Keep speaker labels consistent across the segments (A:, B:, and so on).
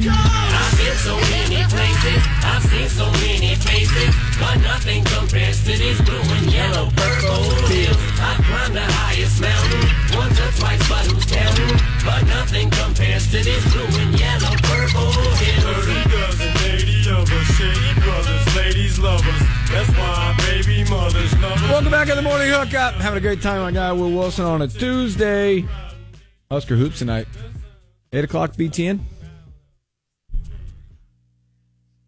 A: I've been so many places, I've seen so many faces, but nothing compares to these blue and yellow purple hills. I've climbed the highest mountain, once or twice, but who's counting? But nothing compares to these blue and yellow purple hills.
B: Thirty dozen, eighty of us, shady brothers, ladies, lovers. That's why baby mothers love us.
C: Welcome back in the morning hookup. Having a great time, my guy Will Wilson on a Tuesday. Oscar hoops tonight. Eight o'clock BTN.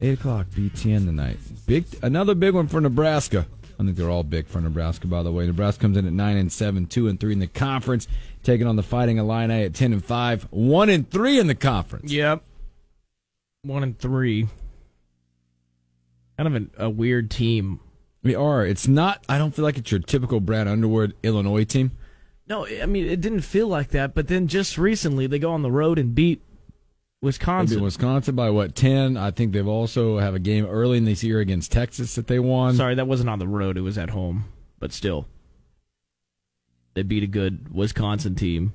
C: Eight o'clock BTN tonight. Big another big one for Nebraska. I think they're all big for Nebraska, by the way. Nebraska comes in at nine and seven, two and three in the conference, taking on the Fighting Illini at ten and five, one and three in the conference.
D: Yep. One and three. Kind of an, a weird team.
C: We are. It's not. I don't feel like it's your typical Brad Underwood Illinois team.
D: No, I mean it didn't feel like that, but then just recently they go on the road and beat
C: They beat
D: Wisconsin.
C: Wisconsin by what ten? I think they've also have a game early in this year against Texas that they won.
D: Sorry, that wasn't on the road; it was at home. But still, they beat a good Wisconsin team.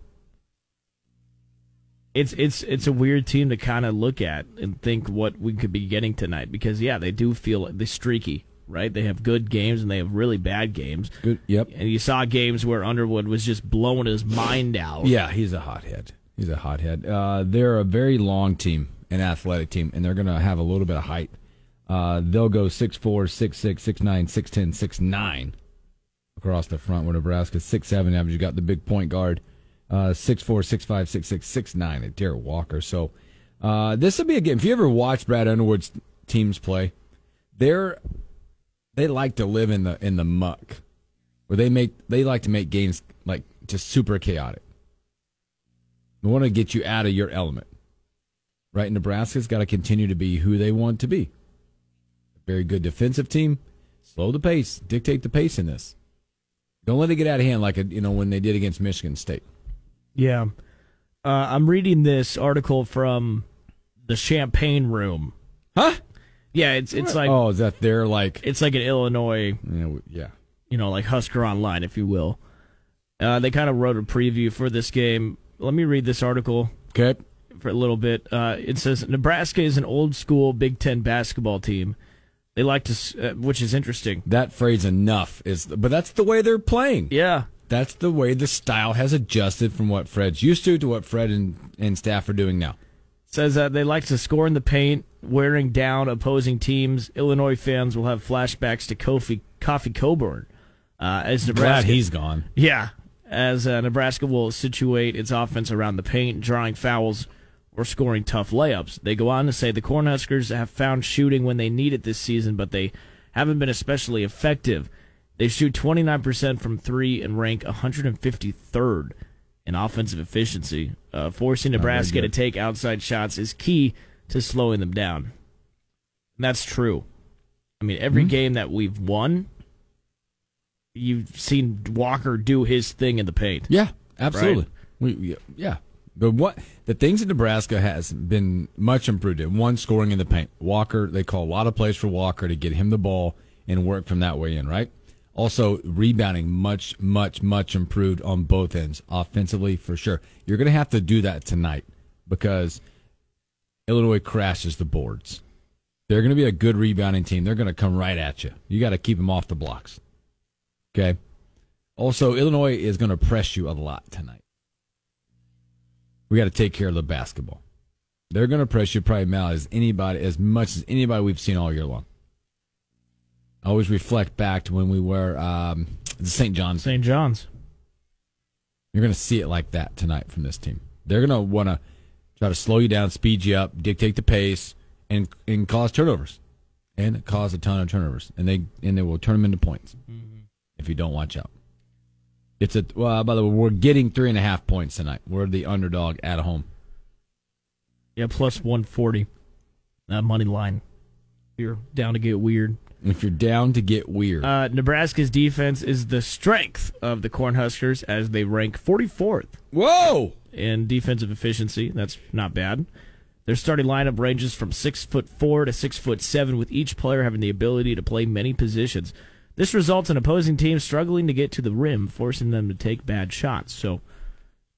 D: It's it's it's a weird team to kind of look at and think what we could be getting tonight because yeah, they do feel they streaky, right? They have good games and they have really bad games.
C: Good. Yep.
D: and you saw games where Underwood was just blowing his mind out.
C: Yeah, he's a hothead. He's a hothead. Uh, they're a very long team, an athletic team, and they're going to have a little bit of height. Uh, they'll go 6'4", 6'6", 6'9", 6'10", 6'9" across the front with Nebraska. 6'7", average. You got the big point guard, uh, 6'4", 6'5", 6'6", 6'9", at Derek Walker. So uh, this will be a game. If you ever watch Brad Underwood's teams play, they're they like to live in the in the muck, where they make they like to make games like just super chaotic. We want to get you out of your element. Right? Nebraska's got to continue to be who they want to be. Very good defensive team. Slow the pace, dictate the pace in this. Don't let it get out of hand like you know when they did against Michigan State.
D: Yeah. Uh, I'm reading this article from the Champagne Room.
C: Huh?
D: Yeah, it's it's like
C: oh, is that they're like
D: it's like an Illinois,
C: yeah, w- yeah.
D: you know, like Husker Online, if you will. Uh, they kind of wrote a preview for this game. Let me read this article.
C: Okay.
D: for a little bit. Uh, it says Nebraska is an old school Big Ten basketball team. They like to, s- uh, which is interesting.
C: That phrase enough is but that's the way they're playing.
D: Yeah,
C: That's the way the style has adjusted from what Fred's used to to what Fred and, and staff are doing now.
D: says uh, they like to score in the paint, wearing down opposing teams. Illinois fans will have flashbacks to Kofi Coffee Coburn uh, as
C: Glad
D: Nebraska.
C: he's gone.
D: yeah, as uh, Nebraska will situate its offense around the paint, drawing fouls or scoring tough layups. They go on to say the Cornhuskers have found shooting when they need it this season, but they haven't been especially effective. They shoot 29% from three and rank 153rd in offensive efficiency. Uh, forcing Nebraska to
C: good.
D: take outside shots is key to slowing them down. And that's true. I mean, every game that we've won, you've seen Walker do his thing in the paint.
C: Yeah, absolutely. We, yeah, yeah. But what the things that Nebraska has been much improved in one scoring in the paint. Walker, they call a lot of plays for Walker to get him the ball and work from that way in, right? Also, rebounding much, much, much improved on both ends offensively for sure. You're going to have to do that tonight because Illinois crashes the boards. They're going to be a good rebounding team. They're going to come right at you. You got to keep them off the blocks. Okay. Also, Illinois is going to press you a lot tonight. We got to take care of the basketball. They're going to press you probably mal as anybody, as much as anybody we've seen all year long. I always reflect back to when we were um, the St. John's.
D: St. John's.
C: You're going to see it like that tonight from this team. They're going to want to try to slow you down, speed you up, dictate the pace, and and cause turnovers, and cause a ton of turnovers, and they and they will turn them into points if you don't watch out. It's a well. By the way, we're getting three and a half points tonight. We're the underdog at home.
D: Yeah, plus 140. Uh, money line. You're down to get weird.
C: If you're down to get weird,
D: Uh, Nebraska's defense is the strength of the Cornhuskers as they rank 44th
C: whoa,
D: in defensive efficiency. That's not bad. Their starting lineup ranges from six foot four to six foot seven, with each player having the ability to play many positions. This results in opposing teams struggling to get to the rim, forcing them to take bad shots. So,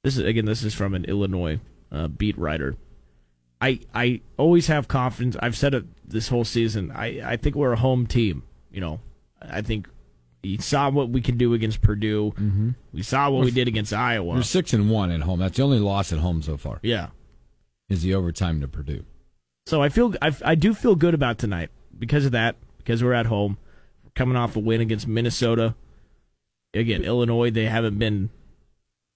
D: this is again, this is from an Illinois uh, beat writer. I I always have confidence. I've said it this whole season. I I think we're a home team. You know, I think you saw what we can do against Purdue. Mm-hmm. We saw what we did against Iowa.
C: you're six and one at home. That's the only loss at home so far.
D: yeah.
C: Is the overtime to Purdue?
D: So I feel I, I do feel good about tonight because of that because we're at home, we're coming off a win against Minnesota. Again, Illinois they haven't been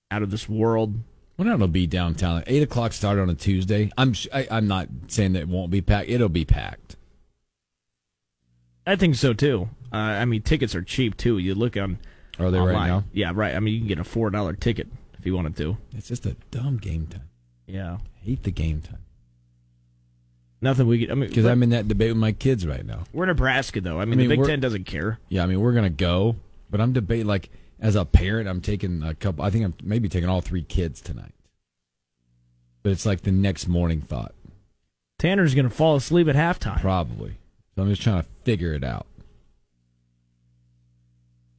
D: out of this world.
C: Well, that'll be downtown. Eight o'clock start on a Tuesday. I'm sh- I, I'm not saying that it won't be packed. It'll be packed.
D: I think so too. Uh, I mean, tickets are cheap too. You look on
C: Are they
D: online.
C: right now?
D: Yeah, right. I mean, you can get a four dollar ticket if you wanted to.
C: It's just a dumb game time.
D: Yeah,
C: I hate the game time
D: nothing we could. I mean,
C: because
D: we're,
C: I'm in that debate with my kids right now.
D: we're Nebraska though. I mean,
C: mean,
D: the Big
C: we're-
D: Ten doesn't care.
C: Yeah, I mean we're gonna go, but I'm debating like as a parent, I'm taking a couple. I think I'm maybe taking all three kids tonight. But it's like the next morning thought,
D: Tanner's gonna fall asleep at halftime.
C: probably. So I'm just trying to figure it out.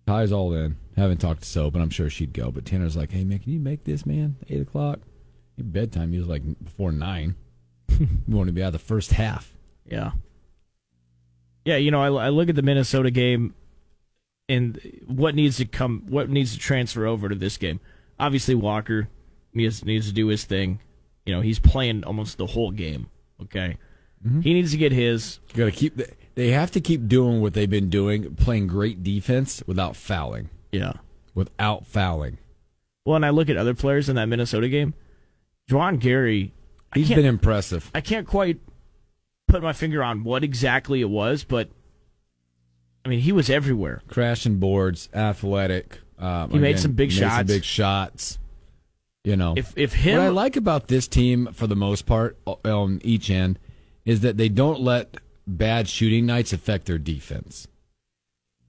C: Ty's all in. Haven't talked to Soap, and I'm sure she'd go. But Tanner's like, "Hey man, can you make this man eight o'clock? Your bedtime is like before nine. you want to be out the first half."
D: Yeah. Yeah, you know, I, I look at the Minnesota game and what needs to come, what needs to transfer over to this game. Obviously, Walker needs, needs to do his thing. You know, he's playing almost the whole game, okay?
C: Mm-hmm.
D: He needs to get his.
C: You got to keep. The, they have to keep doing what they've been doing, playing great defense without fouling.
D: Yeah.
C: Without fouling.
D: Well, and I look at other players in that Minnesota game. Juwan Gary, I
C: He's
D: can't-
C: been impressive.
D: I can't quite put my finger on what exactly it was, but I mean, he was everywhere.
C: Crashing boards, athletic. Um,
D: He made some big
C: made
D: shots.
C: big shots. You know,
D: If if him,
C: what I like about this team, for the most part, o- on each end, is that they don't let bad shooting nights affect their defense.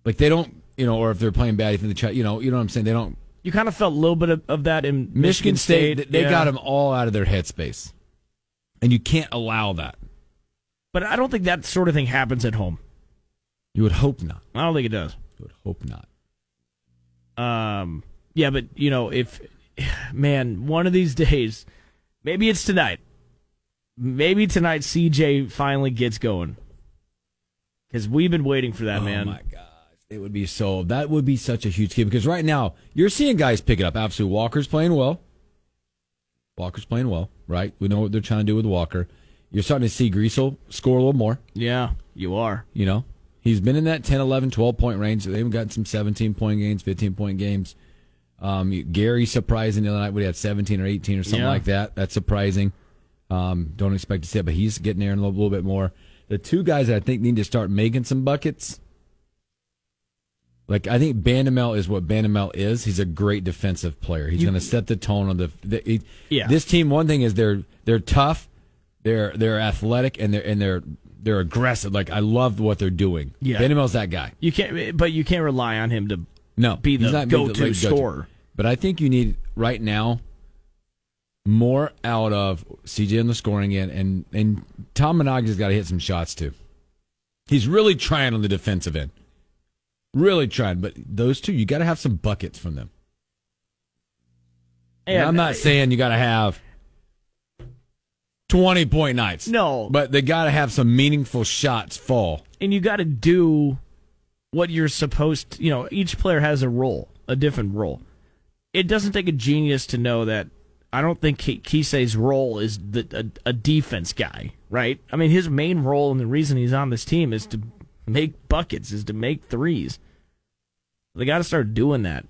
C: Like they don't, you know, or if they're playing bad, if they try, you know, you know what I'm saying. They don't.
D: You kind of felt a little bit of, of that in Michigan,
C: Michigan State,
D: State.
C: they
D: yeah.
C: got them all out of their headspace, and you can't allow that.
D: but I don't think that sort of thing happens at home.
C: You would hope not.
D: I don't think it does.
C: You would hope not.
D: Um, yeah, but you know, if man, one of these days, maybe it's tonight. Maybe tonight, CJ finally gets going because we've been waiting for that
C: oh
D: man.
C: my gosh. It would be so that would be such a huge game because right now you're seeing guys pick it up. Absolutely Walker's playing well. Walker's playing well, right? We know what they're trying to do with Walker. You're starting to see Greasel score a little more,
D: Yeah, you are.
C: you know. He's been in that 10, 11, 12 point range. They've gotten some 17 point games, 15 point games. Um, you- Gary surprising the other night. We had 17 or 18 or something
D: Yeah.
C: like that. That's surprising. Um, don't expect to see it, but he's getting there in a little, little bit more. The two guys that I think need to start making some buckets. Like I think Bandamel is what Bandamel is. He's a great defensive player. He's going to set the tone on the. the he,
D: Yeah.
C: This team, one thing is they're they're tough, they're they're athletic, and they're and they're they're aggressive. Like I love what they're doing.
D: Yeah.
C: Bandamel's that guy.
D: You can't, but you can't rely on him to.
C: No,
D: be the
C: he's not
D: go-to
C: like,
D: scorer.
C: But I think you need right now more out of CJ on the scoring end, and and Tom Menaga's got to hit some shots too. He's really trying on the defensive end, really trying. But those two, you got to have some buckets from them. And I'm not saying you got to have twenty point nights,
D: No.
C: but they got to have some meaningful shots fall.
D: and you got to do what you're supposed to, you know each player has a role a different role it doesn't take a genius to know that i don't think Ki- kisei's role is the, a, a defense guy right i mean his main role and the reason he's on this team is to make buckets is to make threes they got to start doing that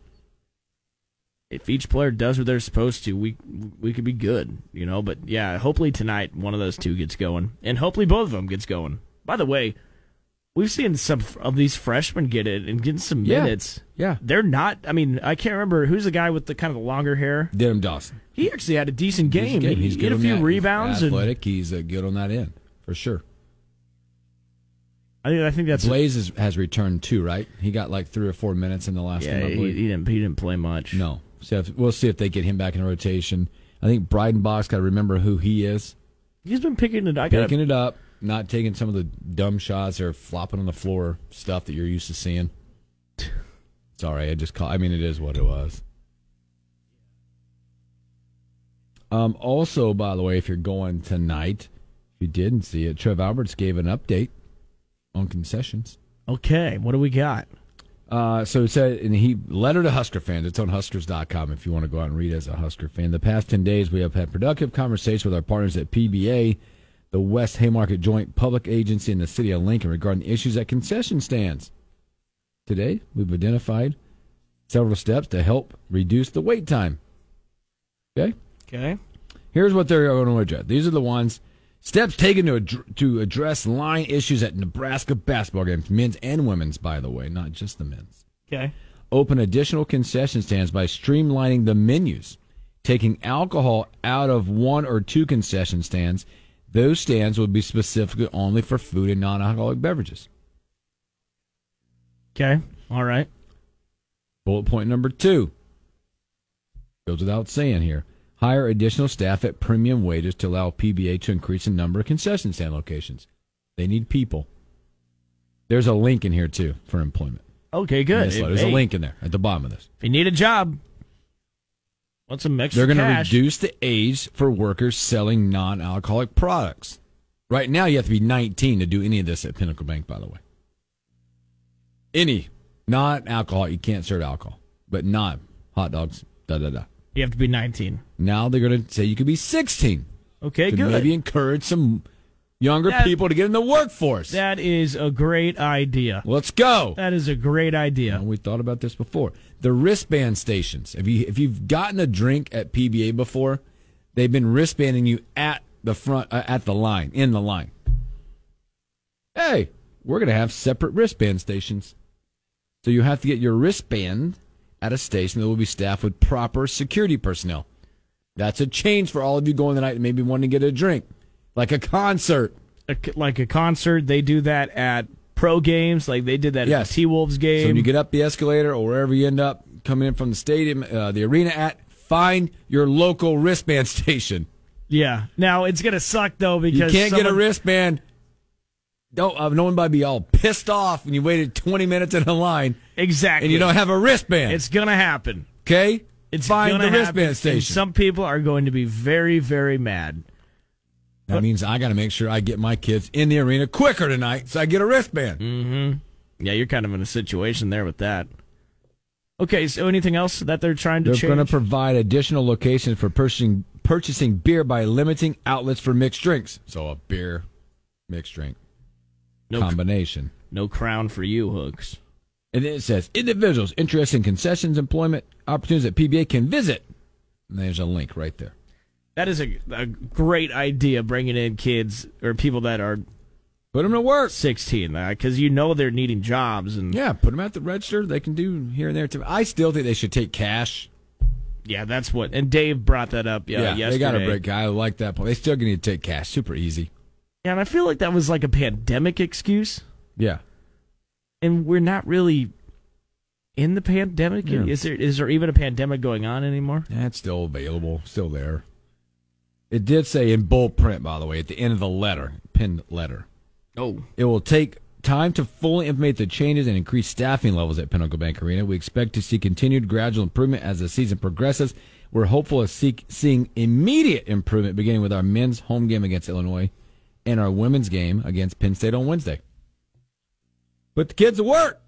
D: if each player does what they're supposed to we we could be good you know but yeah hopefully tonight one of those two gets going and hopefully both of them gets going by the way We've seen some f- of these freshmen get it and getting some
C: Yeah.
D: minutes.
C: Yeah.
D: They're not. I mean, I can't remember who's the guy with the kind of the longer hair.
C: Denham Dawson.
D: He actually had a decent
C: He's
D: game.
C: good.
D: He,
C: He's
D: he
C: good
D: had a
C: on
D: few
C: that.
D: rebounds,
C: He's
D: and
C: athletic. He's uh, good on that end for sure.
D: I, I think that's
C: Blaze is, has returned too, right? He got like three or four minutes in the last
D: yeah.
C: game. I
D: He,
C: believe.
D: he didn't. He didn't play much.
C: No. So if, we'll see if they get him back in rotation. I think Breidenbach's got to remember who he is.
D: he's been picking it. I got
C: Picking it up, not taking some of the dumb shots or flopping on the floor stuff that you're used to seeing. It's all right. I just call. I mean, it is what it was. Um. Also, by the way, if you're going tonight, if you didn't see it, Trev Alberts gave an update on concessions.
D: Okay, what do we got?
C: Uh, so it said, and he letter to Husker fans. It's on Huskers.com if you want to go out and read as a Husker fan. The past 10 days, we have had productive conversations with our partners at PBA, the West Haymarket Joint Public Agency, and the City of Lincoln regarding issues at concession stands. Today, we've identified several steps to help reduce the wait time. Okay?
D: Okay.
C: Here's what they're going to address. These are the ones steps taken to ad- to address line issues at Nebraska basketball games, men's and women's, by the way, not just the men's
D: Okay.
C: open additional concession stands by streamlining the menus, taking alcohol out of one or two concession stands. Those stands would be specifically only for food and non alcoholic beverages.
D: Okay. All right.
C: Bullet point number two goes without saying here hire additional staff at premium wages to allow PBA to increase the number of concession stand locations. They need people. There's a link in here, too, for employment.
D: Okay.
C: In
D: Good.
C: this letter. There's a
D: Hey,
C: link in there at the bottom of this.
D: If you need a job, want some extra
C: They're going to
D: cash?
C: reduce the age for workers selling non alcoholic products. Right now, you have to be 19 to do any of this at Pinnacle Bank, by the way. Any, not alcohol. You can't serve alcohol, but not hot dogs, da da da.
D: you have to be 19.
C: Now they're going to say you could be 16
D: Okay.
C: to
D: good.
C: maybe encourage some younger
D: That-
C: people to get in the workforce.
D: That is a great idea.
C: Let's go.
D: That is a great idea.
C: And we thought about this before. The wristband stations. If you if you've gotten a drink at PBA before, they've been wristbanding you at the front uh, at the line in the line. Hey, we're gonna have separate wristband stations, so you have to get your wristband at a station that will be staffed with proper security personnel. That's a change for all of you going tonight and maybe wanting to get a drink, like a concert.
D: A c like a concert, they do that at pro games. Like they did that
C: Yes.
D: at the T Wolves game.
C: So when you get up the escalator or wherever you end up coming in from the stadium, uh, the arena at, find your local wristband station.
D: yeah. Now it's gonna suck though
C: You
D: because
C: can't get a
D: someone-
C: wristband. Don't, uh, no one might be all pissed off when you waited 20 minutes in a line
D: Exactly.
C: and you don't have a wristband.
D: It's gonna happen.
C: okay?
D: It's
C: find
D: gonna
C: the
D: happen.
C: wristband
D: And
C: station.
D: Some people are going to be very, very mad.
C: that means I got to make sure I get my kids in the arena quicker tonight so I get a wristband.
D: Mm. Yeah, you're kind of in a situation there with that. Okay, so anything else that they're trying to
C: They're
D: change?
C: going to provide additional locations for purchasing purchasing beer by limiting outlets for mixed drinks. So a beer mixed drink
D: no,
C: combination.
D: no crown for you, hooks.
C: And then it says individuals interested in concessions, employment opportunities at PBA can visit. And there's a link right there.
D: That is a, a great idea, bringing in kids or people that are
C: Put them to work.
D: 16, because you know they're needing jobs. And yeah,
C: Yeah, put them at the register. They can do here and there. Too. I still think they should take cash.
D: that's what. And Dave brought that up. Yeah, yesterday.
C: they got to break. I like that point. They still need to take cash. Super easy.
D: Yeah, and I feel like that was like a pandemic excuse,
C: Yeah.
D: and we're not really in the pandemic.
C: Yeah.
D: Is there is there even a pandemic going on anymore?
C: That's still available, still there. It did say in bold print, by the way, at the end of the letter, pinned letter.
D: Oh,
C: It will take time to fully implement the changes and increase staffing levels at Pinnacle Bank Arena. We expect to see continued gradual improvement as the season progresses. We're hopeful of seek, seeing immediate improvement beginning with our men's home game against Illinois and our women's game against Penn State on Wednesday. Put the kids to work.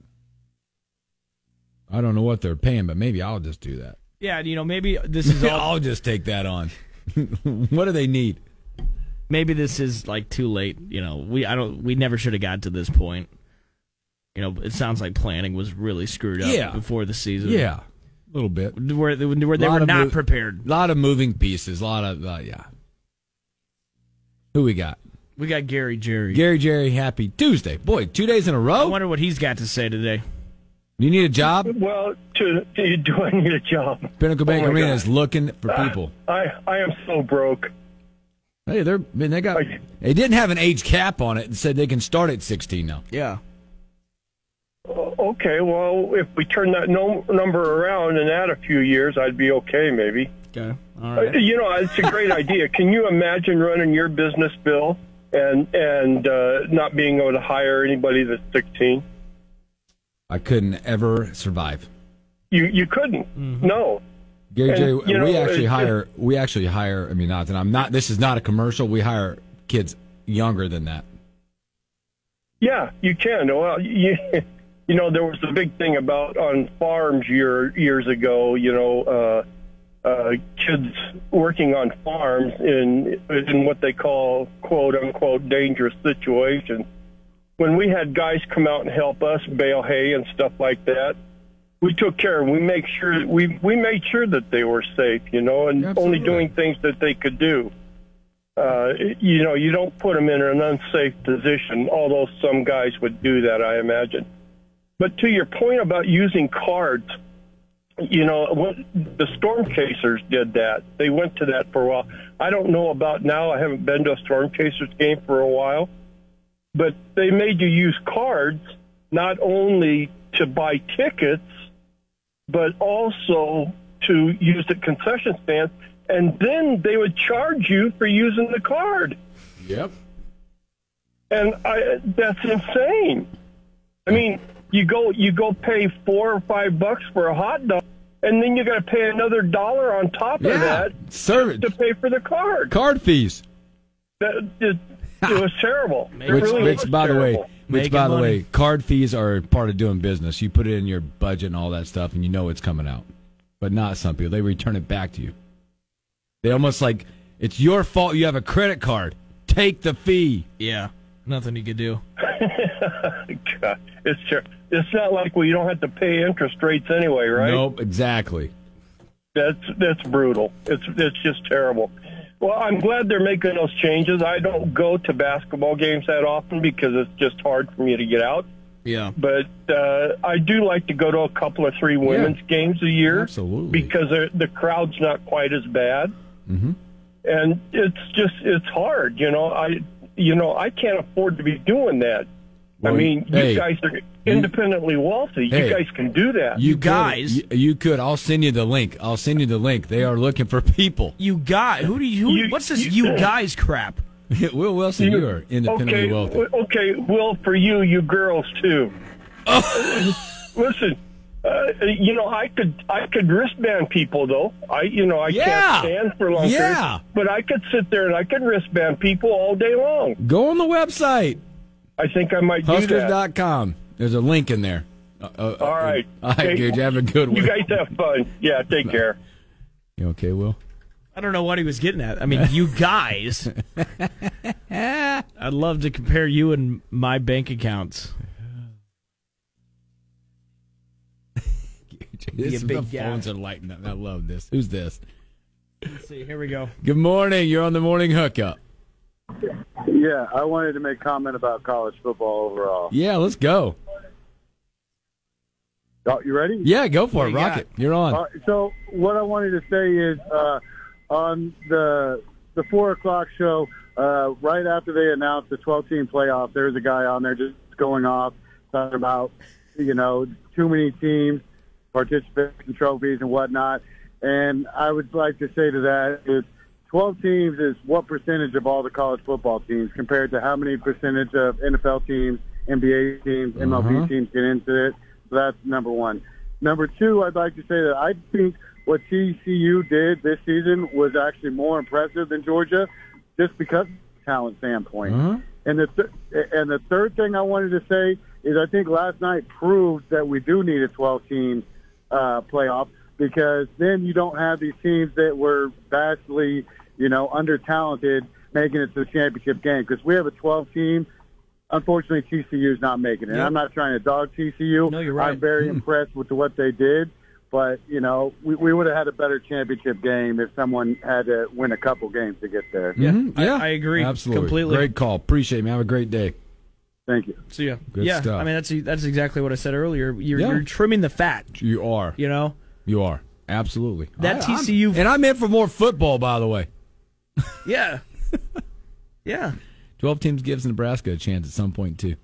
C: I don't know what they're paying, but maybe I'll just do that.
D: yeah. You know, maybe this is all.
C: I'll just take that on. what do they need?
D: maybe this is like too late. You know, we I don't we never should have got to this point. You know, it sounds like planning was really screwed up
C: Yeah.
D: before the season.
C: Yeah, a little bit.
D: where, where they
C: Lot
D: were
C: of
D: not
C: mo-
D: prepared.
C: lot of moving pieces. lot of uh, yeah. Who we got?
D: We got Gary Jerry.
C: Gary Jerry, happy Tuesday. Boy, two days in a
D: I
C: row?
D: wonder what he's got to say today.
C: you need a job?
E: Well, to, to you doing your job.
C: Pinnacle Bank
E: Oh my
C: Arena
E: God.
C: is looking for people.
E: I I am so broke.
C: Hey, they're man, they got
E: Like-
C: they didn't have an age cap on it and said they can start at 16 now.
D: Yeah.
E: O- Okay, well, if we turn that no, number around and add a few years, I'd be okay, maybe.
D: Okay.
C: Oh,
D: All
E: Uh,
D: right.
E: You know, it's a great idea. Can you imagine running your business, Bill, and and uh, not being able to hire anybody that's 16?
C: I couldn't ever survive.
E: You you couldn't. No.
C: Gary
E: And,
C: Jerry,
E: you
C: we
E: know, it's
C: actually
E: just-
C: hire we actually hire I mean not that I'm not this is not a commercial. We hire kids younger than that.
E: Yeah, you can. Well, you, you know, there was a big thing about on farms year, years ago. You know, uh, uh, kids working on farms in in what they call quote unquote dangerous situations. When we had guys come out and help us bale hay and stuff like that, we took care. of 'em. We make sure we we made sure that they were safe. You know, and
C: Absolutely.
E: only doing things that they could do uh, you know, you don't put them in an unsafe position, although some guys would do that, I imagine. But to your point about using cards, you know, when the storm chasers did that. They went to that for a while. I don't know about now. I haven't been to a storm chasers game for a while, but they made you use cards not only to buy tickets, but also to use at concession stands. And then they would charge you for using the card.
C: Yep.
E: And I, that's insane. I mean, you go you go pay four or five bucks for a hot dog, and then you got to pay another dollar on top of
C: Yeah.
E: that
C: Service
E: to pay for the card.
C: card fees.
E: That, it, it was terrible. It
C: Which,
E: really
C: which
E: was
C: by the way,
E: terrible.
C: which
D: Making
C: by the way,
D: money.
C: card fees are part of doing business. You put it in your budget and all that stuff, and you know it's coming out. But not some people; they return it back to you. They almost like it's your fault. You have a credit card. Take the fee.
D: Yeah. Nothing you could do.
E: God, it's ter- it's not like we don't have to pay interest rates anyway, right?
C: Nope, exactly.
E: That's that's brutal. It's it's just terrible. Well, I'm glad they're making those changes. I don't go to basketball games that often because it's just hard for me to get out.
D: Yeah.
E: But uh, I do like to go to a couple of three women's games a year,
C: Absolutely. Mm-hmm.
E: because the- the crowd's not quite as bad. And it's just it's hard, you know. I you know I can't afford to be doing that.
C: Well,
E: I mean,
C: hey,
E: you guys are independently wealthy.
C: Hey.
E: you guys can do that.
C: You, could-
D: guys-
C: you, you could. I'll send you the link. I'll send you the link. They are looking for people.
D: You guy, who do you? Who,
E: You-
D: what's this? You,
E: you-
D: guys crap.
C: Will Wilson, you, are
E: okay,
C: independently wealthy.
E: w- Okay, Will, for you, you girls too.
C: Oh.
E: Listen, uh, you know, I could I could wristband people though. I you know I
C: Yeah.
E: can't stand for long periods,
C: Yeah.
E: but I could sit there and I could wristband people all day long.
C: Go on the website.
E: I think I might do that.
C: Huskers.com. There's a link in there. Uh, uh,
E: all right,
C: All right,
E: Okay.
C: Gage. Have a good one.
E: You guys have fun. Yeah, take care.
C: You okay, Will?
D: I don't know what he was getting at. I mean, you guys. I'd love to compare you and my bank accounts.
C: This,
D: a big
C: the
D: guy.
C: phones are lighting up. I love this. Who's this?
D: Let's see, here we go.
C: Good morning. You're on the morning hookup.
F: Yeah, I wanted to make comment about college football overall.
C: Yeah, let's go.
F: Oh, you ready?
C: Yeah, go for it.
D: you
C: Rock
D: got?
C: it. You're on.
F: Uh, so what I wanted to say is uh, on the the four o'clock show, uh, right after they announced the twelve team playoff, there was a guy on there just going off talking about you know too many teams, participation trophies and whatnot. And I would like to say to that is twelve teams is what percentage of all the college football teams compared to how many percentage of NFL teams, NBA teams, MLB
C: Uh-huh.
F: teams get into it. So that's number one. Number two, I'd like to say that I think what TCU did this season was actually more impressive than Georgia, just because of talent standpoint.
C: Uh-huh.
F: And the th- and the third thing I wanted to say is I think last night proved that we do need a 12 team uh, playoff because then you don't have these teams that were vastly you know under talented making it to the championship game because we have a 12 team. Unfortunately, TCU is not making it. And I'm not trying to dog TCU.
D: No, you're right. Hmm.
F: I'm very impressed with what they did, But you know, we, we would have had a better championship game if someone had to win a couple games to get there.
D: Yeah,
C: Mhm.
D: I-
C: yeah.
D: I agree
C: Absolutely.
D: completely.
C: Great call. Appreciate it, man. Have a great day.
F: Thank you.
D: So yeah,
C: Good
D: yeah.
C: stuff.
D: I mean, that's that's exactly what I said earlier. You're,
C: Yeah.
D: you're trimming the fat.
C: You are.
D: You know,
C: You are. Absolutely.
D: That
C: I'm-
D: TCU
C: and I'm in for more football, by the way.
D: yeah, yeah.
C: 12 teams gives Nebraska a chance at some point, too.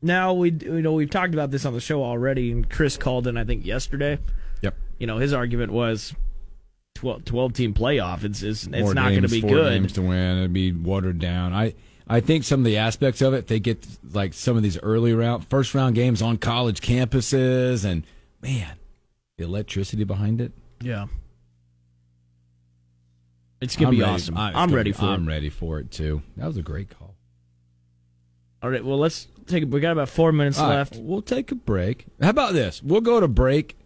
D: Now we you know we've talked about this on the show already, and Chris called in I think yesterday.
C: Yep.
D: You know, his argument was 12, 12 team playoff. It's it's, it's
C: More
D: not going to
C: games,
D: be
C: four Games to
D: good.
C: win, it'd be watered down. I I think some of the aspects of it, they get like some of these early round, first round games on college campuses, and man, the electricity behind it.
D: Yeah. It's gonna
C: I'm
D: be
C: ready-
D: awesome.
C: I-
D: I'm,
C: it's gonna
D: ready
C: be-
D: for
C: I'm
D: it.
C: ready for it too. That was a great call.
D: All right, well let's take. We got about four minutes
C: All right,
D: left.
C: we'll take a break. How about this? We'll go to break,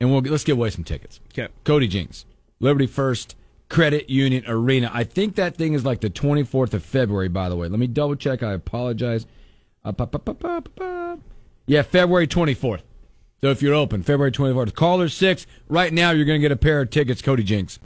C: and we'll let's give away some tickets.
D: Okay.
C: Cody Jinks, Liberty First Credit Union Arena. I think that thing is like the 24th of February, by the way. Let me double check. I apologize. Uh, pa- pa- pa- pa- pa- pa. Yeah, February 24th. So if you're open, February 24th, caller six. Right now, you're going to get a pair of tickets, Cody Jinks.